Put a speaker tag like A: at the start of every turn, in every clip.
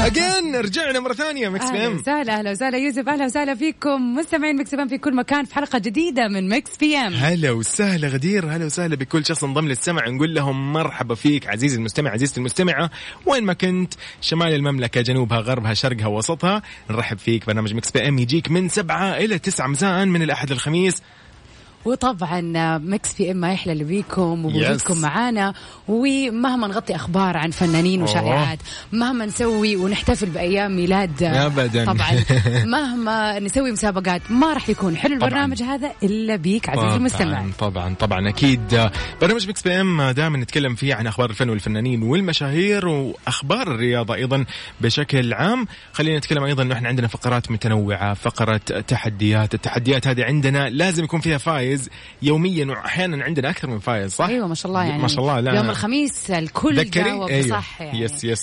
A: أجين رجعنا مرة ثانية مكس بي
B: اهلا
A: ام
B: وسهلا اهلا وسهلا يوسف اهلا وسهلا فيكم مستمعين ميكس بي ام في كل مكان في حلقه جديده من ميكس بي ام
A: هلا وسهلا غدير هلا وسهلا بكل شخص انضم للسمع نقول لهم مرحبا فيك عزيزي المستمع عزيزتي المستمعة وين ما كنت شمال المملكة جنوبها غربها شرقها وسطها نرحب فيك برنامج مكس بي ام يجيك من سبعة إلى تسعة مساء من الأحد للخميس
B: وطبعا ميكس بي ام ما يحلى بيكم ووجودكم
A: Yes.
B: معانا ومهما نغطي اخبار عن فنانين وشائعات مهما نسوي ونحتفل بايام ميلاد
A: أبداً.
B: طبعا مهما نسوي مسابقات ما راح يكون حلو
A: طبعاً.
B: البرنامج هذا الا بيك عزيزي المستمع
A: طبعا طبعا طبعا اكيد برنامج مكس بي ام دائما آه، نتكلم فيه عن اخبار الفن والفنانين والمشاهير واخبار الرياضه ايضا بشكل عام خلينا نتكلم ايضا انه احنا عندنا فقرات متنوعه فقره تحديات التحديات هذه عندنا لازم يكون فيها فايز يوميا واحيانا عندنا اكثر من فايز صح
B: ايوه ما شاء الله يعني
A: ما شاء الله لا أيوة،
B: يوم الخميس الكل
A: تذكري
B: جاوب صح يعني
A: يس يس أيوه.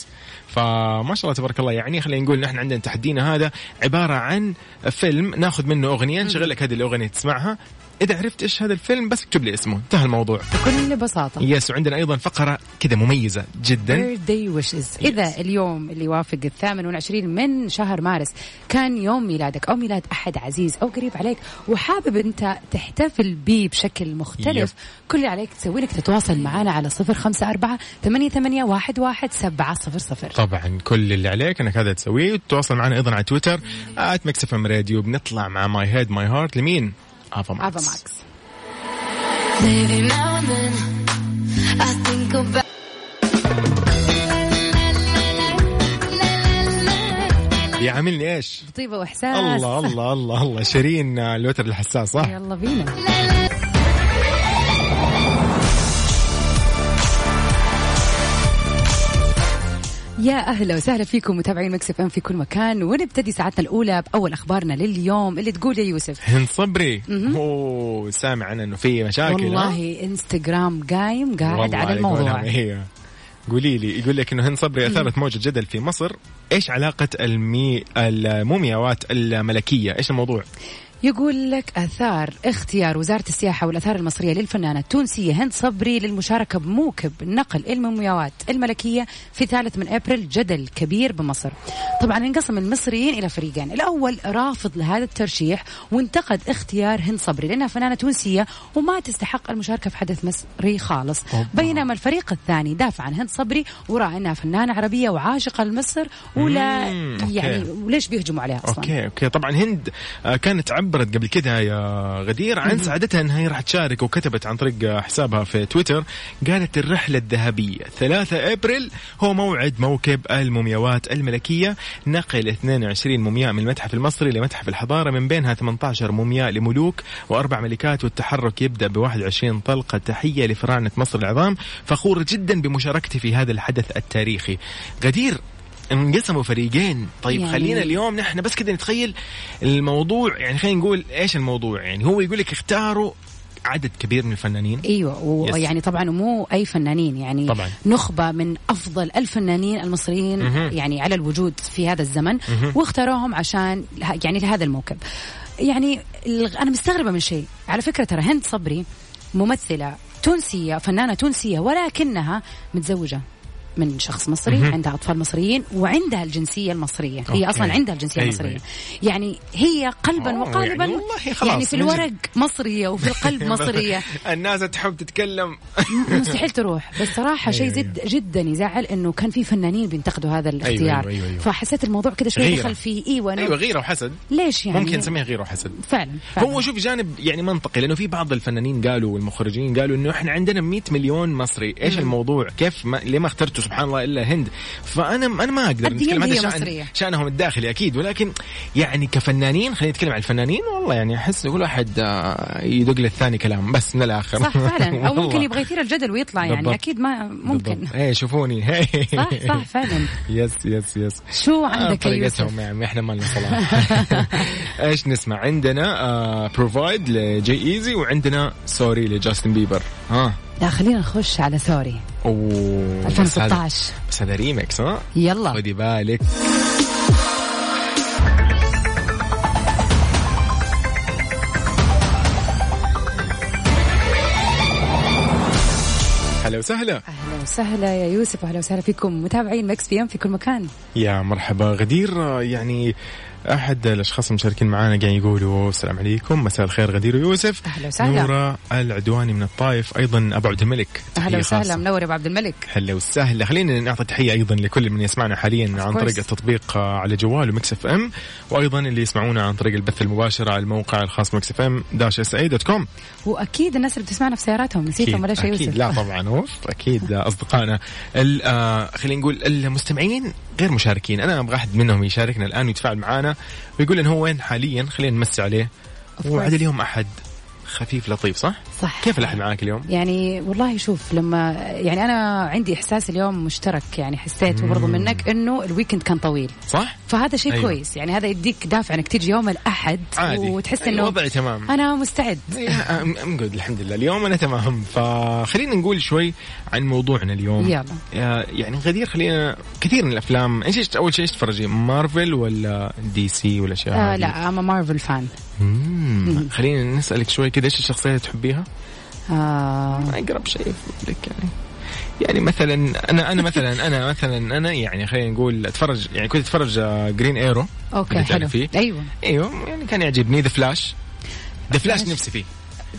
A: فما شاء الله تبارك الله يعني خلينا نقول نحن عندنا تحدينا هذا عباره عن فيلم ناخذ منه اغنيه نشغل لك هذه الاغنيه تسمعها اذا عرفت ايش هذا الفيلم بس اكتب لي اسمه انتهى الموضوع
B: بكل بساطه
A: يس وعندنا ايضا فقره كذا مميزه جدا
B: بيرثدي ويشز اذا اليوم اللي يوافق الثامن والعشرين من شهر مارس كان يوم ميلادك او ميلاد احد عزيز او قريب عليك وحابب انت تحتفل به بشكل مختلف
A: يب.
B: كل اللي عليك تسوي لك تتواصل معنا على صفر خمسه اربعه ثمانيه ثمانيه واحد واحد سبعه صفر صفر
A: طبعا كل اللي عليك انك هذا تسويه وتتواصل معنا ايضا على تويتر @مكسف ام راديو بنطلع مع ماي هيد ماي هارت لمين؟ افا
B: افا
A: ماكس
B: ماكس
C: Maybe now and then I think about
A: بيعاملني ايش؟
B: طيبه واحساس
A: الله الله الله الله شيرين آه، الوتر الحساس صح؟
B: يلا بينا يا اهلا وسهلا فيكم متابعين مكس اف ام في كل مكان ونبتدي ساعتنا الاولى باول اخبارنا لليوم اللي تقول يا يوسف
A: هند صبري اوه سامع انا انه في مشاكل ها؟
B: والله انستغرام قايم قاعد
A: والله
B: على
A: يقولها
B: الموضوع
A: ما هي قولي لي يقول لك انه هند صبري اثارت موجه جدل في مصر ايش علاقه المي المومياوات الملكيه ايش الموضوع
B: يقول لك اثار اختيار وزاره السياحه والاثار المصريه للفنانه التونسيه هند صبري للمشاركه بموكب نقل المومياوات الملكيه في ثالث من ابريل جدل كبير بمصر. طبعا انقسم المصريين الى فريقين، الاول رافض لهذا الترشيح وانتقد اختيار هند صبري لانها فنانه تونسيه وما تستحق المشاركه في حدث مصري خالص، بينما الفريق الثاني دافع عن هند صبري وراى انها فنانه عربيه وعاشقه لمصر ولا
A: مم، أوكي.
B: يعني وليش بيهجموا عليها اصلا؟
A: اوكي اوكي طبعا هند آه، كانت عبرت قبل كده يا غدير عن سعادتها انها هي راح تشارك وكتبت عن طريق آه، حسابها في تويتر قالت الرحله الذهبيه 3 ابريل هو موعد موكب المومياوات الملكيه نقل 22 مومياء من المتحف المصري لمتحف الحضاره من بينها 18 مومياء لملوك واربع ملكات والتحرك يبدا ب 21 طلقه تحيه لفراعنه مصر العظام فخور جدا بمشاركتي في هذا الحدث التاريخي غدير انقسموا فريقين طيب
B: يعني-
A: يعني خلينا اليوم نحن بس كده نتخيل الموضوع يعني خلينا نقول ايش الموضوع يعني هو يقول لك اختاروا عدد كبير من الفنانين
B: ايوه
A: يس.
B: ويعني طبعا مو اي فنانين يعني
A: طبعاً.
B: نخبه من افضل الفنانين المصريين يعني على الوجود في هذا الزمن واختاروهم عشان له- يعني لهذا الموكب يعني الغ- انا مستغربه من شيء على فكره ترى هند صبري ممثله تونسيه فنانه تونسيه ولكنها متزوجه من شخص مصري عندها اطفال مصريين وعندها الجنسيه المصريه هي
A: أوكي.
B: اصلا عندها الجنسيه
A: أيوة.
B: المصريه يعني هي قلبا
A: أوه،
B: وقالبا
A: يعني والله خلاص،
B: يعني في
A: من جد.
B: الورق مصريه وفي القلب مصريه
A: الناس تحب تتكلم
B: مستحيل تروح بس صراحة شيء
A: إيه.
B: جد جدا يزعل انه كان في فنانين بينتقدوا هذا
A: أيوة،
B: الاختيار
A: أيوة، أيوة.
B: فحسيت الموضوع كده شوي
A: غيرة.
B: دخل فيه ايوه
A: ايوه
B: أيوة
A: غيره وحسد
B: ليش يعني
A: ممكن نسميها غيره وحسد
B: فعلا, فعلا.
A: هو شوف جانب يعني منطقي لانه في بعض الفنانين قالوا والمخرجين قالوا انه احنا عندنا 100 مليون مصري ايش الموضوع كيف ما ليه ما اخترتوا جابته سبحان الله الا الهند فانا انا ما اقدر
B: الديان
A: نتكلم
B: هي
A: هذا شان
B: مصرية.
A: شانهم الداخلي اكيد ولكن يعني كفنانين خلينا نتكلم عن الفنانين والله يعني احس كل واحد آه، يدق للثاني كلام بس من الاخر
B: صح فعلا او ممكن
A: والله.
B: يبغى يثير الجدل ويطلع
A: بالضبط.
B: يعني اكيد ما ممكن
A: بالضبط. ايه شوفوني إيه.
B: صح صح فعلا
A: يس يس يس
B: شو
A: آه،
B: عندك يا يوسف
A: طريقتهم يا عمي احنا مالنا صلاح ايش نسمع عندنا بروفايد لجي ايزي وعندنا سوري لجاستن بيبر ها
B: لا خلينا نخش على سوري
A: اوه بس هذا-
B: 2016
A: بس هذا ريمكس ها
B: يلا
A: خدي بالك هلا وسهلا
B: اهلا وسهلا يا يوسف واهلا وسهلا فيكم متابعين مكس بي ام في كل مكان
A: يا مرحبا غدير آه، يعني احد الاشخاص المشاركين معانا قاعد يقولوا السلام عليكم مساء الخير غدير ويوسف
B: أهلا وسهلا.
A: نورة العدواني من الطايف ايضا ابو عبد الملك
B: اهلا
A: تحية خاصة.
B: وسهلا منور يا ابو عبد الملك
A: هلا وسهلا خلينا نعطي تحيه ايضا لكل من يسمعنا حاليا عن
B: course.
A: طريق التطبيق آه، على جواله مكس اف ام وايضا اللي يسمعونا عن طريق البث المباشر على الموقع الخاص مكس اف ام داش اس اي دوت كوم
B: واكيد الناس اللي بتسمعنا في سياراتهم نسيتهم ولا شيء
A: اكيد
B: يوسف
A: لا طبعا اوف اكيد اصدقائنا ال- آه، خلينا نقول المستمعين غير مشاركين انا ابغى احد منهم يشاركنا الان ويتفاعل معنا ويقول لنا هو وين حاليا خلينا نمسي عليه
B: Of
A: وعد
B: course.
A: اليوم احد خفيف لطيف صح؟
B: صح
A: كيف الاحد معاك اليوم؟
B: يعني والله شوف لما يعني انا عندي احساس اليوم مشترك يعني حسيت برضو منك انه الويكند كان طويل
A: صح؟
B: فهذا شيء
A: أيوة.
B: أيوة. كويس يعني هذا يديك دافع انك تيجي يوم الاحد
A: عادي
B: وتحس
A: يعني
B: انه
A: وضعي تمام إيه،
B: انا مستعد
A: ام جود الحمد لله اليوم انا تمام فخلينا نقول شوي عن موضوعنا اليوم
B: يلا.
A: آه، يعني غدير خلينا كثير من الافلام ايش إيش- اول شيء ايش تتفرجي مارفل ولا دي سي ولا اشياء
B: آه
A: هذه؟
B: لا انا مارفل فان
A: مم. خلينا نسألك شوي كذا ايش الشخصية اللي تحبيها؟
B: آه
A: اقرب شيء لك يعني يعني مثلا انا انا مثلا انا مثلا انا يعني خلينا نقول اتفرج يعني كنت اتفرج جرين ايرو
B: اوكي حلو ايوه
A: ايوه يعني كان يعجبني ذا فلاش ذا فلاش
B: Flash.
A: نفسي فيه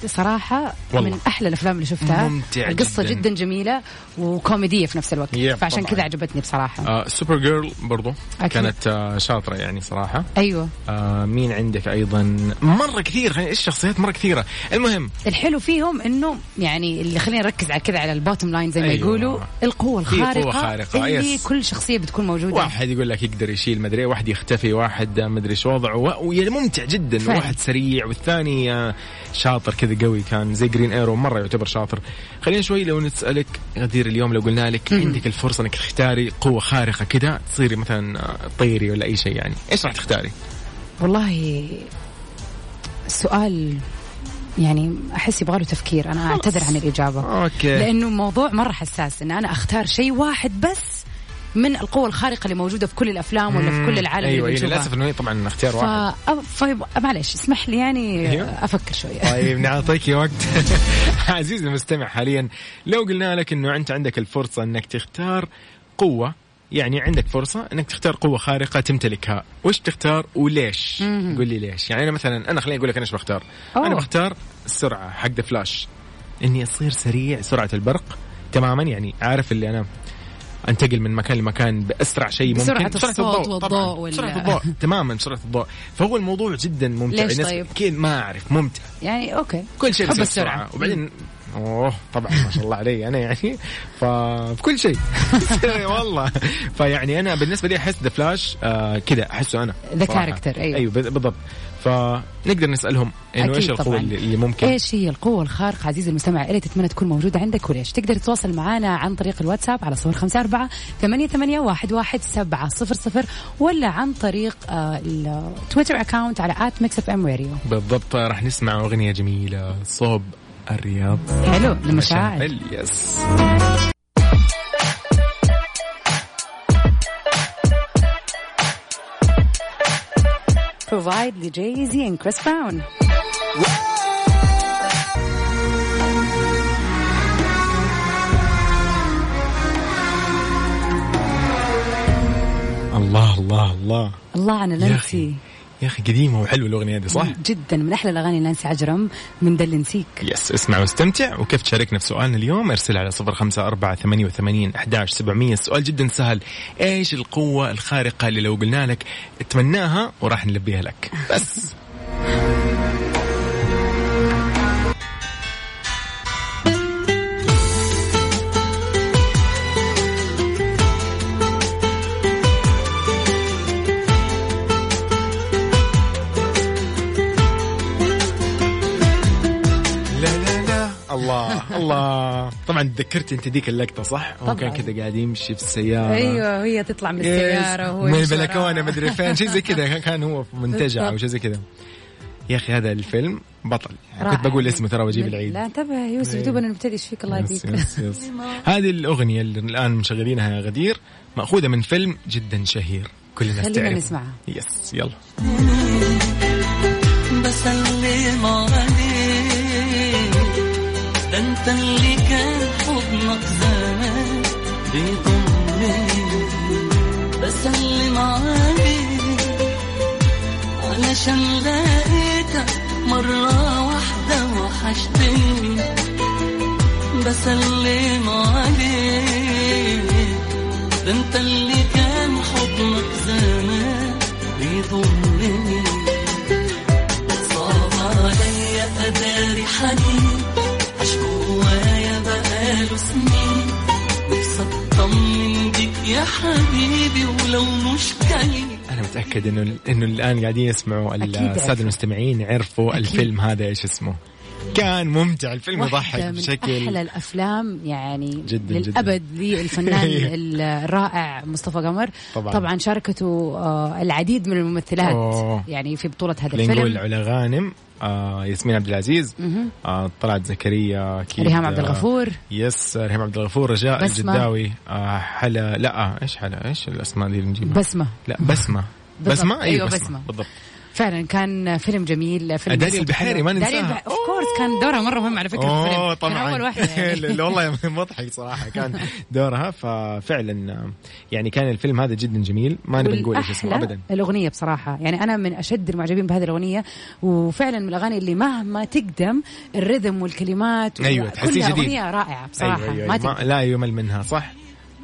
B: صراحه
A: والله.
B: من احلى الافلام اللي شفتها
A: ممتع
B: القصه
A: جداً.
B: جدا, جميله وكوميديه في نفس الوقت
A: يب،
B: فعشان
A: طبعاً.
B: كذا عجبتني بصراحه
A: آه سوبر جيرل برضو
B: أكيد.
A: كانت آه شاطرة يعني صراحة
B: ايوه
A: آه مين عندك ايضا مرة كثير خلينا- ايش شخصيات مرة كثيرة المهم
B: الحلو فيهم انه يعني اللي خلينا نركز على كذا على البوتم لاين زي ما
A: أيوة.
B: يقولوا القوه
A: في قوة
B: الخارقه,
A: خارقة،
B: اللي
A: يس.
B: كل شخصيه بتكون موجوده
A: واحد يقول لك يقدر يشيل مدري إيه، واحد يختفي واحد مدري ايش وضعه و- ويعني ممتع جدا
B: فعلا.
A: واحد سريع والثاني آه، شاطر كذا قوي كان زي جرين ايرو مره يعتبر شاطر خلينا شوي لو نسالك غدير اليوم لو قلنا لك عندك الفرصه انك تختاري قوه خارقه كذا تصيري مثلا آه، طيري ولا اي شيء يعني ايش راح تختاري
B: والله السؤال يعني احس يبغى له تفكير انا اعتذر عن الاجابه
A: أوكي.
B: لانه موضوع مره حساس ان انا اختار شيء واحد بس من القوة الخارقة اللي موجودة في كل الأفلام أمم ولا في كل العالم
A: ايوه
B: اللي
A: يعني
B: بنشوفها
A: للاسف انه هي طبعا اختيار
B: ف...
A: واحد
B: أ- فيب... معلش اسمح لي يعني
A: أيوة.
B: أفكر شوية
A: طيب نعطيكي وقت عزيزي المستمع حاليا لو قلنا لك انه انت عندك الفرصه انك تختار قوه يعني عندك فرصة انك تختار قوة خارقة تمتلكها، وش تختار وليش؟ قول لي ليش؟ يعني انا مثلا انا خليني اقول لك انا ايش بختار.
B: أوه.
A: انا بختار السرعة حق ذا فلاش. اني اصير سريع سرعة البرق تماما يعني عارف اللي انا انتقل من مكان لمكان باسرع شيء ممكن
B: بسرعة الصوت
A: الضوء
B: والضوء
A: طبعاً.
B: وال-
A: سرعة الضوء تماما سرعة الضوء، فهو الموضوع جدا ممتع
B: ليش
A: الناس
B: طيب؟
A: اكيد ما اعرف ممتع
B: يعني أوكي
A: كل شيء
B: حب
A: بصير
B: السرعة.
A: بسرعة وبعدين اوه طبعا ما شاء الله علي انا يعني ففي كل شيء والله فيعني انا بالنسبه لي احس ذا فلاش آه كذا احسه انا
B: The
A: صراحة.
B: character، أيوه.
A: ايوه بال- بالضبط فنقدر نسالهم انه
B: أكيد
A: ايش القوه
B: طبعاً.
A: اللي اللي ممكن
B: ايش هي القوة الخارقة عزيزي المستمع اللي تتمنى تكون موجودة عندك وليش؟ تقدر تتواصل معنا عن طريق الواتساب على صفر خمسة أربعة ثمانية ثمانية واحد واحد سبعة صفر صفر ولا عن طريق آه، التويتر اكاونت على آت ميكس اف ام راديو
A: بالضبط راح نسمع اغنيه جميله صوب الرياض
B: حلو لمشاعر
A: مشاعل، يس
B: بروفايد لجيزي اند كريس براون
A: الله الله الله
B: الله انا
A: يا اخي
B: ننسي
A: يا اخي قديمه وحلوه الاغنيه دي صح؟
B: جدا من احلى الاغاني نانسي عجرم من دل نسيك
A: يس اسمع واستمتع وكيف تشاركنا في سؤالنا اليوم ارسل على صفر خمسة أربعة ثمانية وثمانين أحداش سبعمية السؤال جدا سهل إيش القوة الخارقة اللي لو قلنا لك اتمناها وراح نلبيها لك بس طبعا تذكرت انت ذيك اللقطه صح؟ هو كان
B: طبعاً.
A: كذا قاعد يمشي في السياره
B: ايوه هي تطلع من
A: يس،
B: السياره وهو
A: من
B: يمشي وراها.
A: البلكونه مدري فين شيء زي كذا كان هو في منتجع او
B: بالضبط.
A: شيء زي كذا يا اخي هذا الفيلم بطل يعني
B: رائع.
A: كنت بقول اسمه ترى واجيب العيد
B: لا انتبه يوسف
A: إيه.
B: دوب انا مبتدي ايش فيك الله
A: يس
B: يهديك
A: يس يس. هذه الأغنية اللي الآن مشغلينها يا غدير مأخوذة من فيلم جدا شهير كل الناس
B: خلينا
A: تعرفه.
B: نسمعها.
A: يس يلا
D: بسلم عليك ده انت اللي كان حضنك زمان بيضمني بسلم عليك علشان لقيتك مرة واحدة وحشتني بسلم عليك ده انت اللي كان حضنك زمان بيضمني صعب عليا أداري حنين عشق جوايا بقاله سنين نفسي أطمن بيك يا حبيبي ولو مش كلمة
A: أنا متأكد إنه إنه الآن قاعدين يسمعوا
B: أكيد
A: السادة
B: عرفوا.
A: المستمعين عرفوا
B: أكيد.
A: الفيلم هذا إيش اسمه كان ممتع الفيلم يضحك
B: واحدة من أحلى
A: بشكل
B: الأفلام يعني
A: جدا-
B: للأبد للفنان
A: إيه.
B: الرائع مصطفى قمر
A: طبعاً.
B: طبعا شاركته آه، العديد من الممثلات
A: أوه.
B: يعني في بطولة هذا
A: لنقول
B: الفيلم
A: علا غانم آه ياسمين عبد العزيز
B: مهم.
A: آه طلعت زكريا اكيد
B: ريهام عبد
A: آه،
B: الغفور
A: يس ريهام عبد الغفور رجاء
B: بسمة.
A: الجداوي آه حلا لا ايش حلا ايش الاسماء دي اللي نجيبها
B: بسمة
A: لا بسمه
B: بالضبط.
A: بسمه
B: أيوة،
A: ايوه بسمه
B: بسمة.
A: بالضبط
B: فعلا كان فيلم جميل فيلم
A: داليا
B: قصته
A: البحيري
B: حلوة.
A: ما ننساها.
B: داليا البح... اوف كورس كان دورها مره مهم على فكره في الفيلم
A: اوه
B: كان
A: طبعا
B: اول واحده يعني.
A: لا، والله مضحك صراحه كان دورها ففعلا يعني كان الفيلم هذا جدا جميل ما نبي نقول ايش اسمه
B: والأحلى
A: ابدا
B: الاغنيه بصراحه يعني انا من اشد المعجبين بهذه الاغنيه وفعلا من الاغاني اللي مهما تقدم الرhythm والكلمات
A: أيوة،
B: وكلها
A: تحسيه جديد.
B: اغنيه رائعه بصراحه
A: أيوة أيوة
B: ما
A: أيوة ما
B: تقدم
A: لا يمل منها صح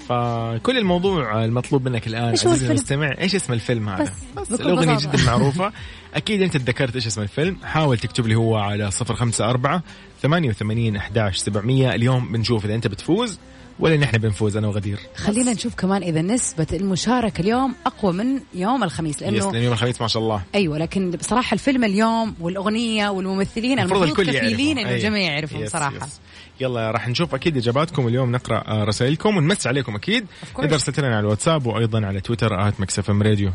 A: فكل الموضوع المطلوب منك الان
B: إيش هو
A: عزيزي
B: الفيلم؟
A: المستمع ايش اسم الفيلم هذا؟
B: بس،
A: بس,
B: بكل
A: الاغنيه
B: بساطة.
A: جدا معروفه اكيد انت تذكرت ايش اسم الفيلم حاول تكتب لي هو على 054 88 11 700 اليوم بنشوف اذا انت بتفوز ولا نحن بنفوز انا وغدير
B: خلينا نشوف كمان اذا نسبه المشاركه اليوم اقوى من يوم الخميس
A: يس لأن
B: لانه
A: يوم الخميس ما شاء الله
B: ايوه لكن بصراحه الفيلم اليوم والاغنيه والممثلين
A: المفروض
B: المفروض
A: الكل أيوة.
B: كفيلين
A: يعرفهم.
B: انه
A: أي.
B: الجميع يعرفهم
A: يس
B: صراحه
A: يس. يلا راح نشوف اكيد اجاباتكم اليوم نقرا آه، رسائلكم ونمس عليكم اكيد
B: course.
A: اذا ارسلت لنا على الواتساب وايضا على تويتر ات مكسف ام راديو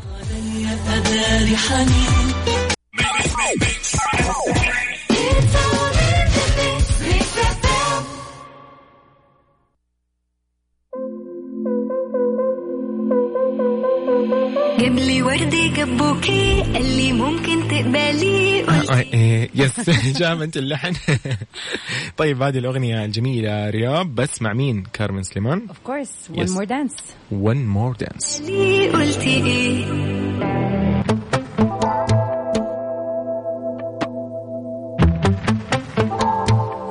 D: أداري حنين
E: جاب لي وردي جاب بوكيه قال لي ممكن تقبليه قلت
A: آه، إيه، يس جام انت اللحن طيب هذه الاغنيه الجميله رياب بس مع مين كارمن سليمان
B: اوف كورس
A: Yes.
B: one more dance
A: ون مور دانس
E: ليه قلت ايه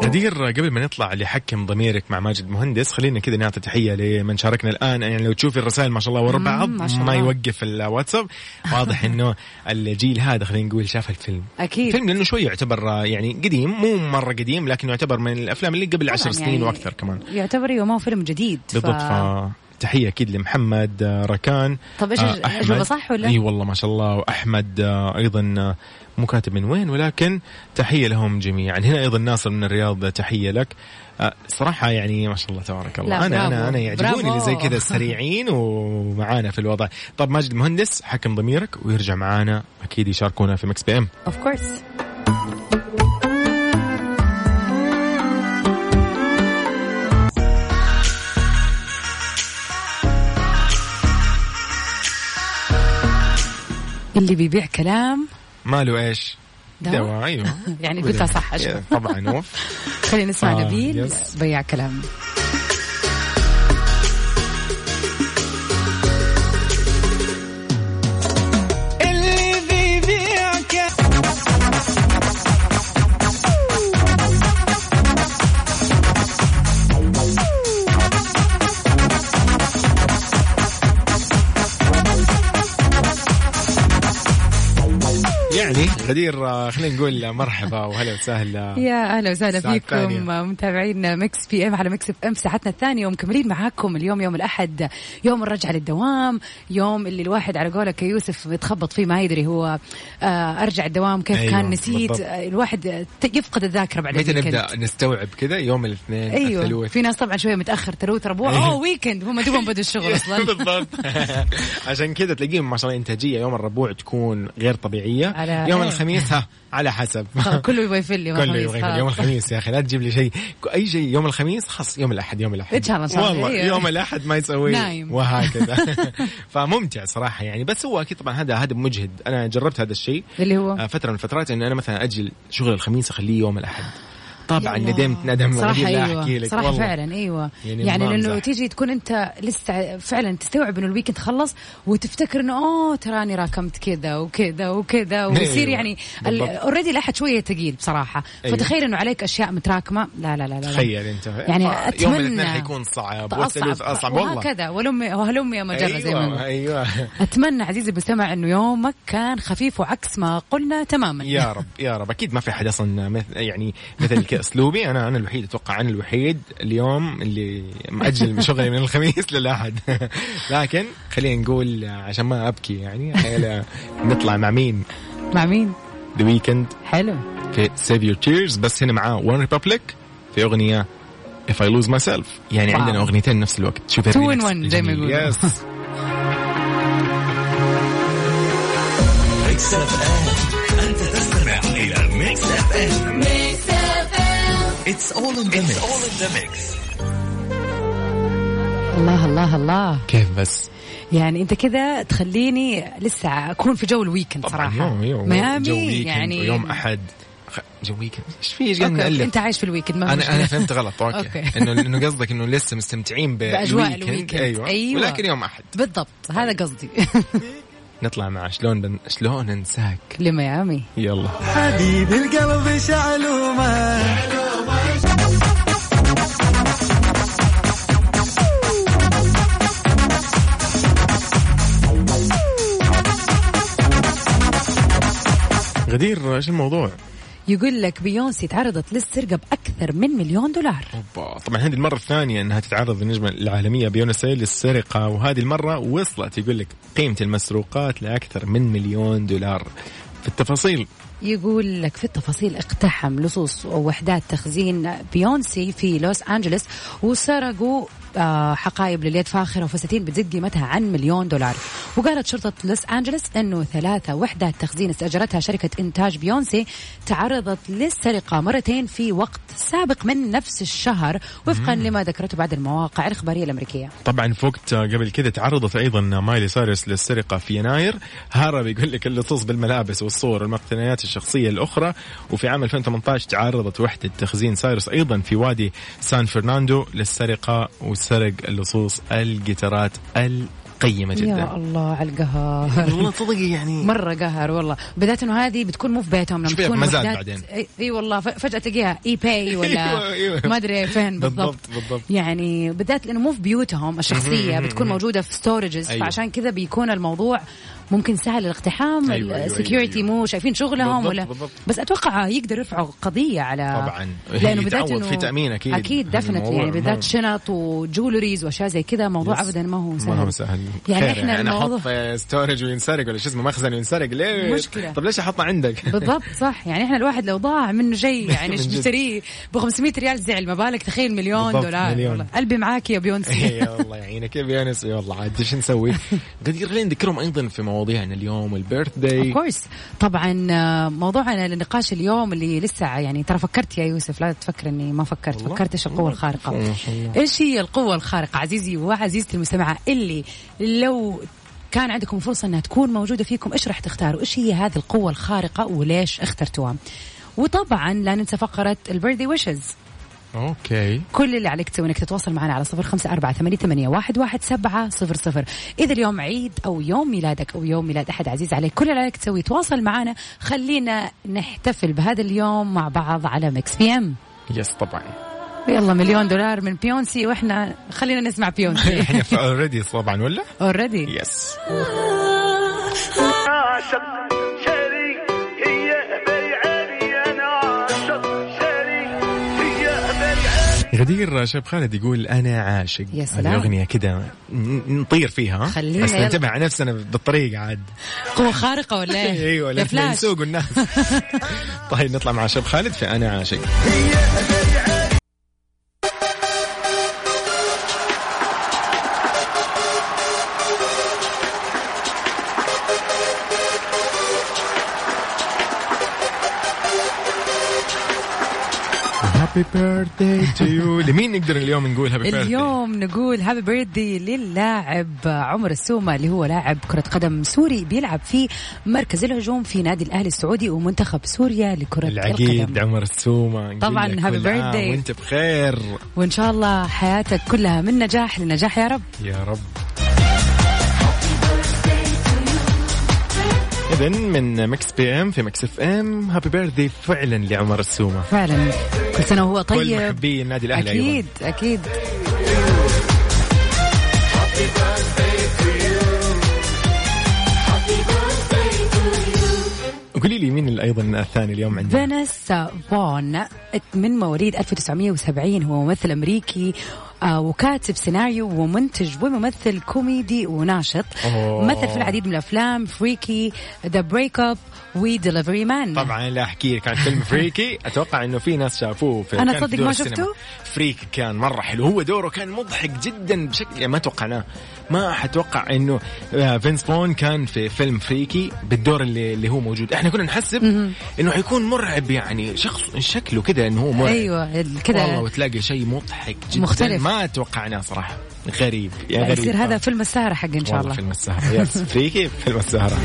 A: غدير قبل ما نطلع لحكم ضميرك مع ماجد مهندس خلينا كذا نعطي تحيه لمن شاركنا الان يعني لو تشوفي الرسائل ما شاء الله ورا
B: مم،
A: بعض
B: ما شاء
A: ما
B: الله.
A: يوقف الواتساب واضح انه الجيل هذا خلينا نقول شاف الفيلم
B: اكيد
A: فيلم لانه شوي يعتبر آه، يعني قديم مو مره قديم لكن يعتبر من الافلام اللي قبل عشر
B: طبعاً
A: سنين
B: يعني
A: واكثر كمان
B: يعتبر ايوه ما هو فيلم جديد ف-
A: بالضبط ف... تحيه اكيد لمحمد آه، ركان
B: طب ايش
A: آه،
B: الاجوبه صح ولا
A: اي والله ما شاء الله واحمد آه، ايضا آه، مو كاتب من وين ولكن تحيه لهم جميعا هنا ايضا ناصر من الرياض تحيه لك آه، صراحه يعني ما شاء الله تبارك الله
B: لا،
A: انا
B: برافو،
A: انا انا يعجبوني اللي زي
B: برافو.
A: كذا السريعين ومعانا في الوضع طب ماجد مهندس حكم ضميرك ويرجع معانا اكيد يشاركونا في مكس بي ام
B: اوف كورس اللي بيبيع كلام
A: ماله ايش
B: دواء؟
A: دواء ايوه
B: يعني قلتها صح أشوف.
A: طبعا اوف
B: خلينا نسمع
A: آه،
B: نبيل
A: يس.
B: بياع كلام
A: يعني غدير آه، خلينا نقول مرحبا وهلا وسهلا
B: يا اهلا وسهلا
A: آه. الساعة
B: فيكم
A: الثانية.
B: متابعينا مكس بي ام على مكس بي ام ساعتنا الثانيه ومكملين معاكم اليوم يوم الاحد يوم الرجعه للدوام يوم اللي الواحد على قولك يا يوسف بيتخبط فيه ما يدري هو آه، ارجع الدوام كيف
A: أيوة،
B: أيوة كان نسيت
A: بالضبط.
B: آه، الواحد آه، يفقد الذاكره بعد
A: متى
B: الويكند.
A: نبدا نستوعب كذا يوم الاثنين
B: ايوه
A: الثلوث
B: في ناس طبعا شويه متاخر ثلوث ربوع
A: أيوة.
B: اوه ويكند هم دوبهم بدوا الشغل اصلا
A: بالضبط عشان كذا تلاقيهم ما شاء الله انتاجيه يوم الربوع تكون غير طبيعيه
B: على-
A: يوم
B: إيه.
A: الخميس ها على حسب
B: خلاص، كله يبغى يفل يوم
A: كله
B: الخميس،
A: يبغى
B: خلاص.
A: يقول يوم الخميس يا اخي لا تجيب لي شيء اي شيء يوم الخميس خلاص يوم الاحد يوم الاحد
B: إن شاء الله، إن شاء الله.
A: والله
B: إيه.
A: يوم الاحد ما يسوي
B: نايم.
A: وهكذا فممتع صراحه يعني بس هو اكيد طبعا هذا هذا مجهد انا جربت هذا الشيء
B: اللي هو
A: آه، فتره من الفترات ان انا مثلا اجل شغل الخميس اخليه يوم الاحد طبعا
B: يلا.
A: ندمت ندم
B: صراحة
A: غدير، لا
B: أيوة.
A: أحكي لك
B: صراحة
A: والله.
B: فعلا ايوه
A: يعني
B: يعني,
A: ما
B: لانه
A: أمزح.
B: تيجي تكون انت لسه فعلا تستوعب انه الويكند خلص وتفتكر انه اوه تراني راكمت كذا وكذا وكذا ويصير
A: أيوة.
B: يعني
A: بالضبط.
B: اوريدي الاحد شوية ثقيل بصراحة
A: أيوة.
B: فتخيل انه عليك اشياء متراكمة لا لا لا, لا.
A: تخيل انت
B: يعني
A: ف- يوم
B: أتمنى.
A: الاثنين حيكون صعب والثلاث اصعب والله
B: وهكذا ولمي وهلمي يا مجرة زي ما
A: ايوه
B: نقول.
A: ايوه
B: اتمنى عزيزي المستمع انه يومك كان خفيف وعكس ما قلنا تماما
A: يا رب يا رب اكيد ما في احد اصلا مثل يعني مثل كذا اسلوبي انا انا الوحيد اتوقع انا الوحيد اليوم اللي ماجل شغلي من الخميس للاحد لكن خلينا نقول عشان ما ابكي يعني خلينا نطلع مع مين
B: مع مين؟
A: ذا ويكند
B: حلو
A: في سيف يور تيرز بس هنا معاه ون ريبابليك في اغنيه If I lose myself يعني
B: واو.
A: عندنا اغنيتين نفس الوقت شوف
B: Two in one زي ما يقولوا.
A: يس
F: It's all in the mix. It's all in the mix.
B: الله الله الله
A: كيف بس
B: يعني انت كذا تخليني لسه اكون في جو الويكند صراحه
A: يوم يوم جو
B: ميامي
A: ويكند
B: يعني
A: ويوم احد خ- جو ويكند ايش في ايش قاعد
B: أوكي، أوكي.
A: نألف
B: انت عايش في الويكند ما في
A: انا انا
B: مشكلة.
A: فهمت غلط اوكي
B: أوكي.
A: انه انه قصدك انه لسه مستمتعين
B: باجواء
A: بالويكند
B: الويكند
A: أيوة. أيوة. ولكن يوم احد
B: بالضبط هذا قصدي
A: نطلع مع شلون بن... شلون ننساك
B: لميامي
A: يلا
G: حبيب القلب شعلومه
A: غدير ايش الموضوع؟
B: يقول لك بيونسي تعرضت للسرقه باكثر من مليون دولار
A: اوبا طبعا هذه المره الثانيه انها تتعرض النجمه العالميه بيونسي للسرقه وهذه المره وصلت يقول لك قيمه المسروقات لاكثر من مليون دولار في التفاصيل
B: يقول لك في التفاصيل اقتحم لصوص ووحدات تخزين بيونسي في لوس أنجلوس وسرقوا آه، حقائب لليد فاخرة وفساتين بتزيد قيمتها عن مليون دولار وقالت شرطة لوس أنجلوس أنه ثلاثة وحدات تخزين استأجرتها شركة إنتاج بيونسي تعرضت للسرقة مرتين في وقت سابق من نفس الشهر وفقا لما ذكرته بعض المواقع الإخبارية الأمريكية
A: طبعا في وقت قبل كذا تعرضت ايضا مايلي سايرس للسرقه في يناير هرب يقول لك اللصوص بالملابس والصور والمقتنيات الشخصيه الاخرى وفي عام 2018 تعرضت وحده تخزين سايرس ايضا في وادي سان فرناندو للسرقه وسرق اللصوص الجيتارات القيمه
B: يا
A: جدا
B: الله على القهر
A: والله تصدقي يعني
B: مره قهر والله بالذات انه هذه بتكون مو في بيتهم لما
A: شوفيها
B: تكون
A: بمزاد
B: وحدات-
A: بعدين.
B: اي إي والله ف- فجاه تلاقيها اي باي ولا
A: أيوة، أيوة.
B: ما ادري فين بالضبط
A: بالضبط، بالضبط.
B: يعني بالذات لانه مو في بيوتهم الشخصيه بتكون موجوده في ستورجز
A: أيوة.
B: فعشان كذا بيكون الموضوع ممكن سهل الاقتحام
A: أيوة، أيوة،
B: السكيورتي
A: أيوة.
B: مو شايفين شغلهم
A: بالضبط،
B: ولا
A: بالضبط.
B: بس اتوقع يقدر يرفعوا قضيه على
A: طبعاً.
B: لانه بالذات
A: يتعوض
B: انه
A: في تأمين أكيد.
B: اكيد
A: يعني
B: دفنت
A: الموضوع-
B: يعني
A: الموضوع-
B: بالذات شنط وجولريز واشياء زي كذا موضوع
A: يس.
B: ابدا ما هو سهل
A: ما هو سهل
B: يعني
A: خير
B: احنا
A: انا
B: الموضوع
A: احط ستورج وينسرق ولا شو اسمه مخزن وينسرق ليه
B: مشكلة.
A: طب ليش احطه عندك
B: بالضبط صح يعني احنا الواحد لو ضاع منه شيء يعني
A: من
B: إيش
A: جد.
B: نشتريه ب 500 ريال زعل ما بالك تخيل مليون
A: بالضبط،
B: دولار
A: مليون.
B: والله قلبي معاك يا بيونسي
A: يا الله يعينك يعني يا بيانس يا الله عاد ايش نسوي؟ قدير خلينا نذكرهم ايضا في مواضيعنا اليوم والبيرث
B: اوف
A: داي
B: كورس طبعا آه، موضوعنا لنقاش اليوم اللي لسه يعني ترى فكرت يا يوسف لا تفكر اني ما فكرت
A: والله.
B: فكرت ايش القوه الخارقه
A: ما شاء الله.
B: ايش هي القوه الخارقه عزيزي وعزيزتي المستمعه اللي لو كان عندكم فرصة انها تكون موجودة فيكم، ايش راح تختاروا؟ ايش هي هذه القوة الخارقة وليش اخترتوها؟ وطبعا لا ننسى فقرة البيرثدي ويشز
A: اوكي
B: كل اللي عليك تسوي انك تتواصل معنا على صفر خمسة أربعة ثمانية, ثمانية واحد, واحد سبعة صفر صفر إذا اليوم عيد أو يوم ميلادك أو يوم ميلاد أحد عزيز عليك كل اللي عليك تسوي تواصل معنا خلينا نحتفل بهذا اليوم مع بعض على ميكس بي ام
A: يس طبعا
B: يلا مليون دولار من بيونسي واحنا خلينا نسمع بيونسي
A: احنا في اوريدي طبعا ولا؟
B: اوريدي
A: يس
H: عاشق شريك
A: غدير شاب خالد يقول انا عاشق
B: يا
A: هذه
B: سلام.
A: الاغنيه كذا ن- نطير فيها
B: خلينا
A: بس
B: يلا.
A: ننتبه على نفسنا بالطريق عاد
B: قوة خارقة ولا ايه؟
A: ايوه
B: يا
A: لا
B: فلاش
A: نسوق الناس طيب نطلع مع شاب خالد في انا عاشق هابي بيرثداي تو يو لمين نقدر اليوم نقول هابي بيرثداي؟
B: اليوم نقول هابي بيرثدي للاعب عمر السومة اللي هو لاعب كرة قدم سوري بيلعب في مركز الهجوم في نادي الأهلي السعودي ومنتخب سوريا لكرة
A: العقيد
B: القدم
A: عمر السومه نقول
B: طبعاً،
A: لك
B: هابي
A: كل عام
B: بيرثداي.
A: وانت بخير
B: وإن شاء الله حياتك كلها من نجاح لنجاح يا رب
A: يا رب اذا من مكس بي ام في مكس اف ام هابي بيرثدي فعلا لعمر السومه
B: فعلا كل سنة وهو
A: كل
B: طيب
A: محبي النادي الاهلي
B: أكيد
A: ايضا
B: أكيد
A: قولي لي مين اللي ايضا الثاني اليوم عندنا
B: فانيسا فون من مواليد 1970 هو ممثل أمريكي آه، وكاتب سيناريو ومنتج وممثل كوميدي وناشط
A: أوه.
B: مثل في العديد من الأفلام فريكي ذا بريك أب ودليفري مان
A: طبعا لا احكي لك عن فيلم فريكي اتوقع انه في ناس شافوه في
B: أنا
A: كان في
B: تصدق
A: دور
B: ما
A: السينما.
B: شفته؟
A: فريكي كان مره حلو هو دوره كان مضحك جدا بشكل يعني ما توقعناه ما حتوقع انه آه، فينس فون كان في فيلم فريكي بالدور اللي, اللي هو موجود احنا كنا نحسب انه حيكون مرعب يعني شخص شكله كده انه هو مرعب
B: أيوة
A: والله
B: كذا
A: وتلاقي شيء مضحك جدا
B: مختلف.
A: ما توقعناه صراحه غريب يا غريب
B: يصير هذا فيلم السهرة حق إن شاء
A: والله
B: الله
A: فيلم السهرة يس فريكي فيلم السهرة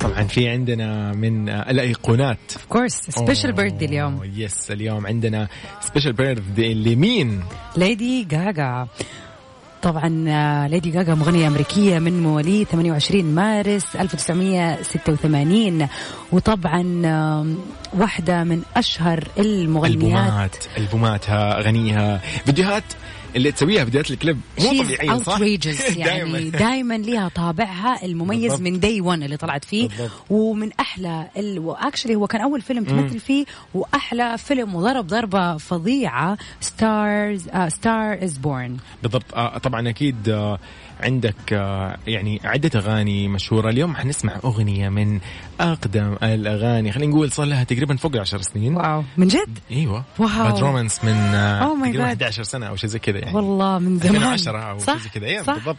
A: طبعا في عندنا من الايقونات
B: اوف كورس سبيشال بيرثدي اليوم
A: أوه، يس اليوم عندنا سبيشال بيرثدي لمين؟
B: ليدي جاجا طبعا آه، ليدي جاجا مغنية أمريكية من مواليد 28 مارس 1986 وطبعا آم، واحدة من أشهر المغنيات
A: البومات البوماتها اغانيها فيديوهات اللي تسويها فيديوهات الكليب مو
B: She's
A: طبيعيه صح؟
B: outrageous يعني
A: دايماً.
B: دائما لها طابعها المميز
A: بالضبط.
B: من داي 1 اللي طلعت فيه
A: بالضبط.
B: ومن احلى ال... واكشلي هو كان اول فيلم تمثل فيه واحلى فيلم وضرب ضربه فظيعه ستارز ستار از بورن
A: بالضبط آه، طبعا اكيد آه، عندك آه، يعني عده اغاني مشهوره اليوم حنسمع اغنيه من اقدم الاغاني خلينا نقول صار لها تقريبا فوق 10 سنين
B: واو من جد
A: ايوه
B: واو.
A: باد رومانس من
B: Oh
A: آه،
B: my
A: تقريبا
B: God.
A: 11 سنه او شيء زي كذا يعني
B: والله من زمان
A: 2010 او شيء زي كذا إيه، بالضبط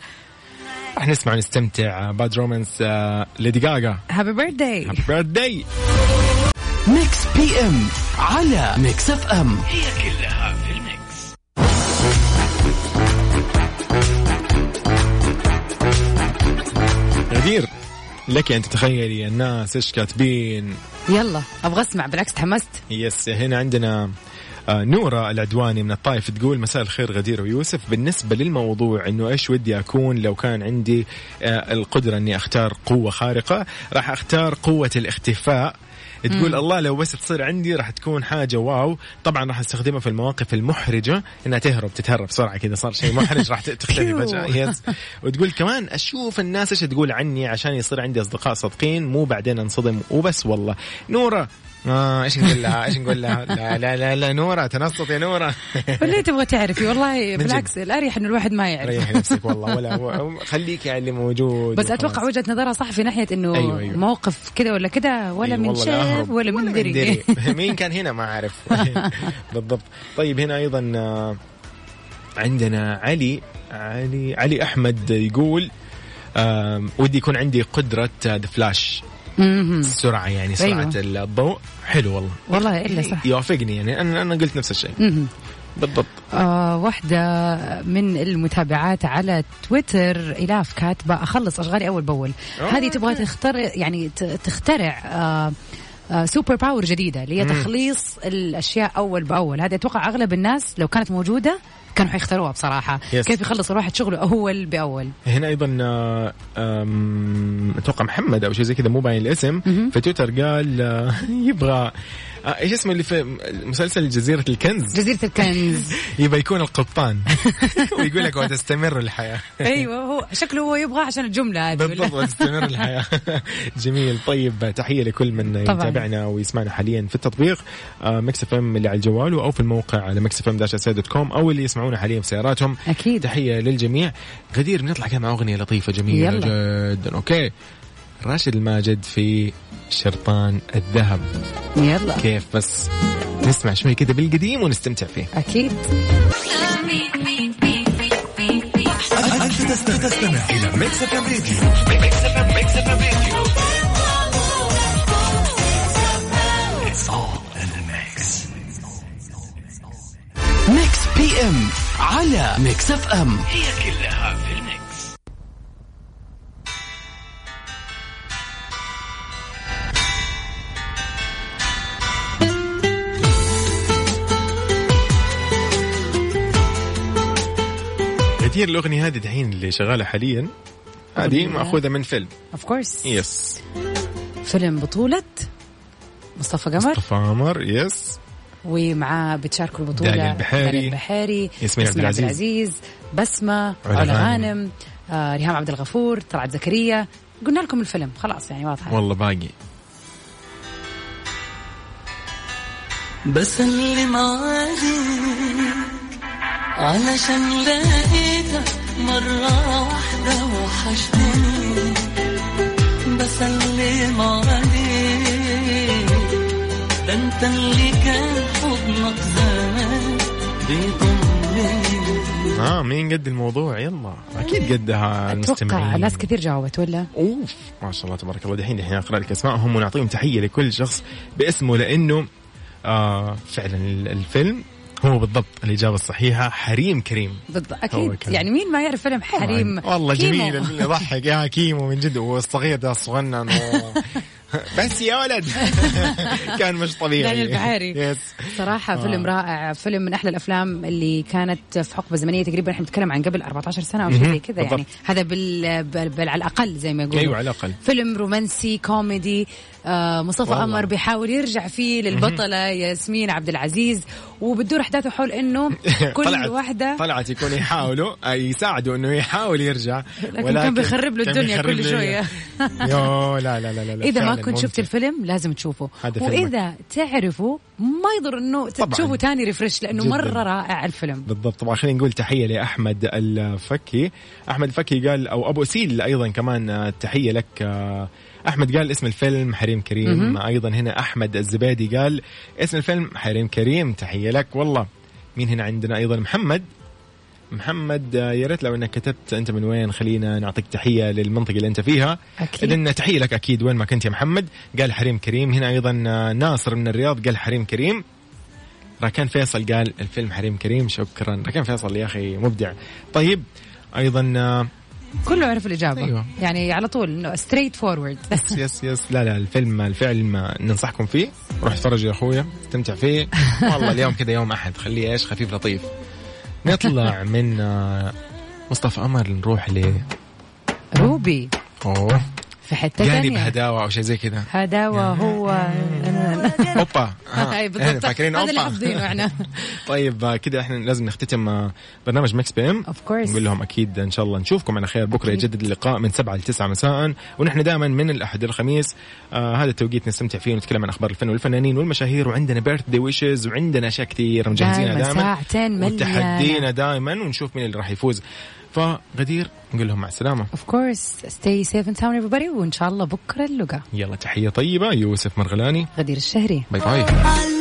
A: راح نسمع ونستمتع آه، باد رومانس آه، ليدي جاجا
B: هابي بيرثداي
A: هابي بيرثداي
G: ميكس بي ام على ميكس اف ام
A: غدير لك ان تتخيلي الناس ايش كاتبين
B: يلا ابغى اسمع بالعكس تحمست
A: يس هنا عندنا آه، نورة العدواني من الطائف تقول مساء الخير غدير ويوسف بالنسبة للموضوع انه ايش ودي اكون لو كان عندي آه، القدرة اني اختار قوة خارقة راح اختار قوة الاختفاء تقول الله لو بس تصير عندي راح تكون حاجة واو طبعا راح استخدمها في المواقف المحرجة انها تهرب تتهرب بسرعة كذا صار شيء محرج راح تختفي
B: بيو.
A: فجأة يس وتقول كمان اشوف الناس ايش تقول عني عشان يصير عندي اصدقاء صادقين مو بعدين انصدم وبس والله نوره آه ايش نقول لها ايش نقول لها لا لا لا, لا نوره تنصت يا نوره
B: ولا تبغى تعرفي والله
A: جد.
B: بالعكس الاريح انه الواحد ما يعرف
A: ريحي نفسك والله ولا هو- خليك على اللي موجود
B: بس اتوقع وجهه نظرها صح في ناحيه انه
A: أيوة، أيوة.
B: موقف كذا ولا كذا
A: إيه،
B: ولا من شاف
A: شاف
B: ولا من دري
A: مين كان هنا ما اعرف بالضبط طيب هنا ايضا آه، عندنا علي علي علي احمد يقول آم، ودي يكون عندي آه، قدره ذا فلاش
B: مهم.
A: السرعه يعني سرعه الضوء حلو والله
B: أيوة. والله الا صح
A: يوافقني يعني انا انا قلت نفس الشيء
B: مهم.
A: بالضبط
B: آه واحدة من المتابعات على تويتر إلاف كاتبة أخلص أشغالي أول بأول
A: أوه،
B: هذه تبغى تخترع يعني ت- تخترع آه آه، سوبر باور جديدة اللي هي تخليص الأشياء أول بأول هذه أتوقع أغلب الناس لو كانت موجودة كانوا حيختاروها بصراحة
A: يس.
B: كيف يخلص الواحد شغله أول بأول
A: هنا ايضا آه، آم، اتوقع محمد او شيء زي كذا مو باين الاسم في تويتر قال آه، يبغى آه، ايش اسمه اللي في مسلسل جزيره الكنز
B: جزيرة الكنز
A: يبى يكون القبطان ويقول لك وتستمر الحياه
B: ايوه هو شكله هو يبغى عشان الجملة هذه
A: بالضبط
B: ولا؟
A: وتستمر الحياة جميل طيب تحية لكل من
B: طبعاً.
A: يتابعنا ويسمعنا حاليا في التطبيق مكس اف ام اللي على الجوال أو في الموقع على مكس اف ام دوت كوم أو اللي يسمعونا حاليا في سياراتهم
B: أكيد.
A: تحية للجميع غدير بنطلع كمان أغنية لطيفة جميلة جدا أوكي راشد الماجد في شرطان الذهب
B: يلا
A: كيف بس نسمع شوي كده بالقديم ونستمتع فيه
B: اكيد
F: أنت تستمع, تستمع إلى ميكس اف ام راديو ميكس اف ام ميكس اف ام راديو It's all in the mix.
G: ميكس بي ام على ميكس اف ام
A: غدير الأغنية هذه دحين اللي شغالة حاليا هذه
B: أغنية.
A: مأخوذة من فيلم
B: اوف كورس
A: يس
B: فيلم بطولة مصطفى قمر
A: مصطفى عمر يس
B: ومعاه بتشاركوا البطولة
A: داليا البحيري،
B: داليا البحيري
A: ياسمين عبد العزيز.
B: العزيز بسمة
A: علا
B: علا
A: غانم.
B: غانم آه، ريهام عبد الغفور طلعت زكريا قلنا لكم الفيلم خلاص يعني واضحة
A: والله باقي
D: بسلم عليك علشان لقيتك مرة واحدة وحشتني بسلم عليك ده انت اللي كان حضنك زمان بيضمني
A: اه مين قد الموضوع يلا اكيد قدها
B: اتوقع
A: المستمعين
B: ناس كثير جاوبت ولا
A: اوف ما شاء الله تبارك الله دحين دحين اقرا لك اسمائهم ونعطيهم تحيه لكل شخص باسمه لانه آه فعلا ال- الفيلم هو بالضبط الاجابه الصحيحه حريم كريم
B: بالضبط
A: هو
B: اكيد
A: كان.
B: يعني مين ما يعرف فيلم حريم
A: والله
B: كيمو.
A: جميل اللي يضحك يا كيمو من جد والصغير ده صغنن و... بس يا ولد كان مش طبيعي
B: دانيال البحيري.
A: يس
B: صراحة فيلم
A: آه.
B: رائع فيلم من أحلى الأفلام اللي كانت في حقبة زمنية تقريبا احنا بنتكلم عن قبل 14 سنة أو شيء
A: مهم.
B: زي كذا يعني
A: بالضبط.
B: هذا بال... بال... بال... على الأقل زي ما يقولوا
A: أيوة، على الأقل.
B: فيلم رومانسي كوميدي آه مصطفى
A: والله.
B: قمر بيحاول يرجع فيه للبطلة ياسمين عبد العزيز وبتدور أحداثه حول إنه كل
A: طلعت-
B: واحدة
A: طلعت يكون يحاولوا أي يساعدوا انه يحاول يرجع
B: لكن كان بيخرب له
A: كان
B: الدنيا
A: بيخرب
B: كل
A: له
B: شوية.
A: الدنيا. يو لا لا لا لا
B: إذا ما
A: فعلاً
B: كنت شفت
A: ممتع.
B: الفيلم لازم تشوفه
A: هذا فيلمك.
B: وإذا تعرفه ما يضر إنه
A: طبعاً.
B: تشوفه تاني ريفرش لأنه
A: جداً.
B: مرة رائع الفيلم
A: بالضبط طبعا خلينا نقول تحيه لاحمد الفكي احمد الفكي قال او ابو اسيل ايضا كمان آه، تحيه لك آه، احمد قال اسم الفيلم حريم كريم ايضا هنا احمد الزبادي قال اسم الفيلم حريم كريم تحيه لك والله مين هنا عندنا ايضا محمد محمد آه، يا ريت لو انك كتبت انت من وين خلينا نعطيك تحيه للمنطقه اللي انت فيها
B: أكيد.
A: اذا تحيه لك اكيد وين ما كنت يا محمد قال حريم كريم هنا ايضا آه، ناصر من الرياض قال حريم كريم ركان فيصل قال الفيلم حريم كريم شكرا ركان فيصل يا اخي مبدع طيب ايضا آه،
B: كله عرف الإجابة
A: أيوة.
B: يعني على طول ستريت فورورد
A: يس يس يس لا لا الفيلم الفيلم آه، ننصحكم فيه روح اتفرج يا اخويا استمتع فيه والله اليوم كذا يوم احد خليه ايش خفيف لطيف نطلع من آه، مصطفى قمر نروح ل
B: روبي
A: اوه
B: في حتة
A: جانب
B: ثانية
A: هداوه او شيء زي كذا
B: هداوة هو
A: اوبا آه،
B: هاي بالضبط.
A: إحنا فاكرين
B: هذا اللي
A: أوبا.
B: حافظينه إحنا.
A: طيب آه، كده احنا لازم نختتم آه، برنامج مكس بي ام
B: Of course.
A: نقول لهم اكيد ان شاء الله نشوفكم على خير بكره يجدد اللقاء من 7 ل 9 مساء ونحن دائما من الاحد للخميس آه هذا التوقيت نستمتع فيه ونتكلم عن اخبار الفن والفنانين والمشاهير وعندنا بيرث دي ويشز وعندنا اشياء كثير مجهزينها
B: دايماً
A: دائما
B: ساعتين مليانة.
A: وتحدينا دائما ونشوف مين اللي راح يفوز فغدير نقول لهم مع السلامه
B: of course stay safe and sound everybody وإن شاء الله بكرة اللقاء
A: يلا تحيه طيبه يوسف مرغلاني
B: غدير الشهري
A: باي باي
C: I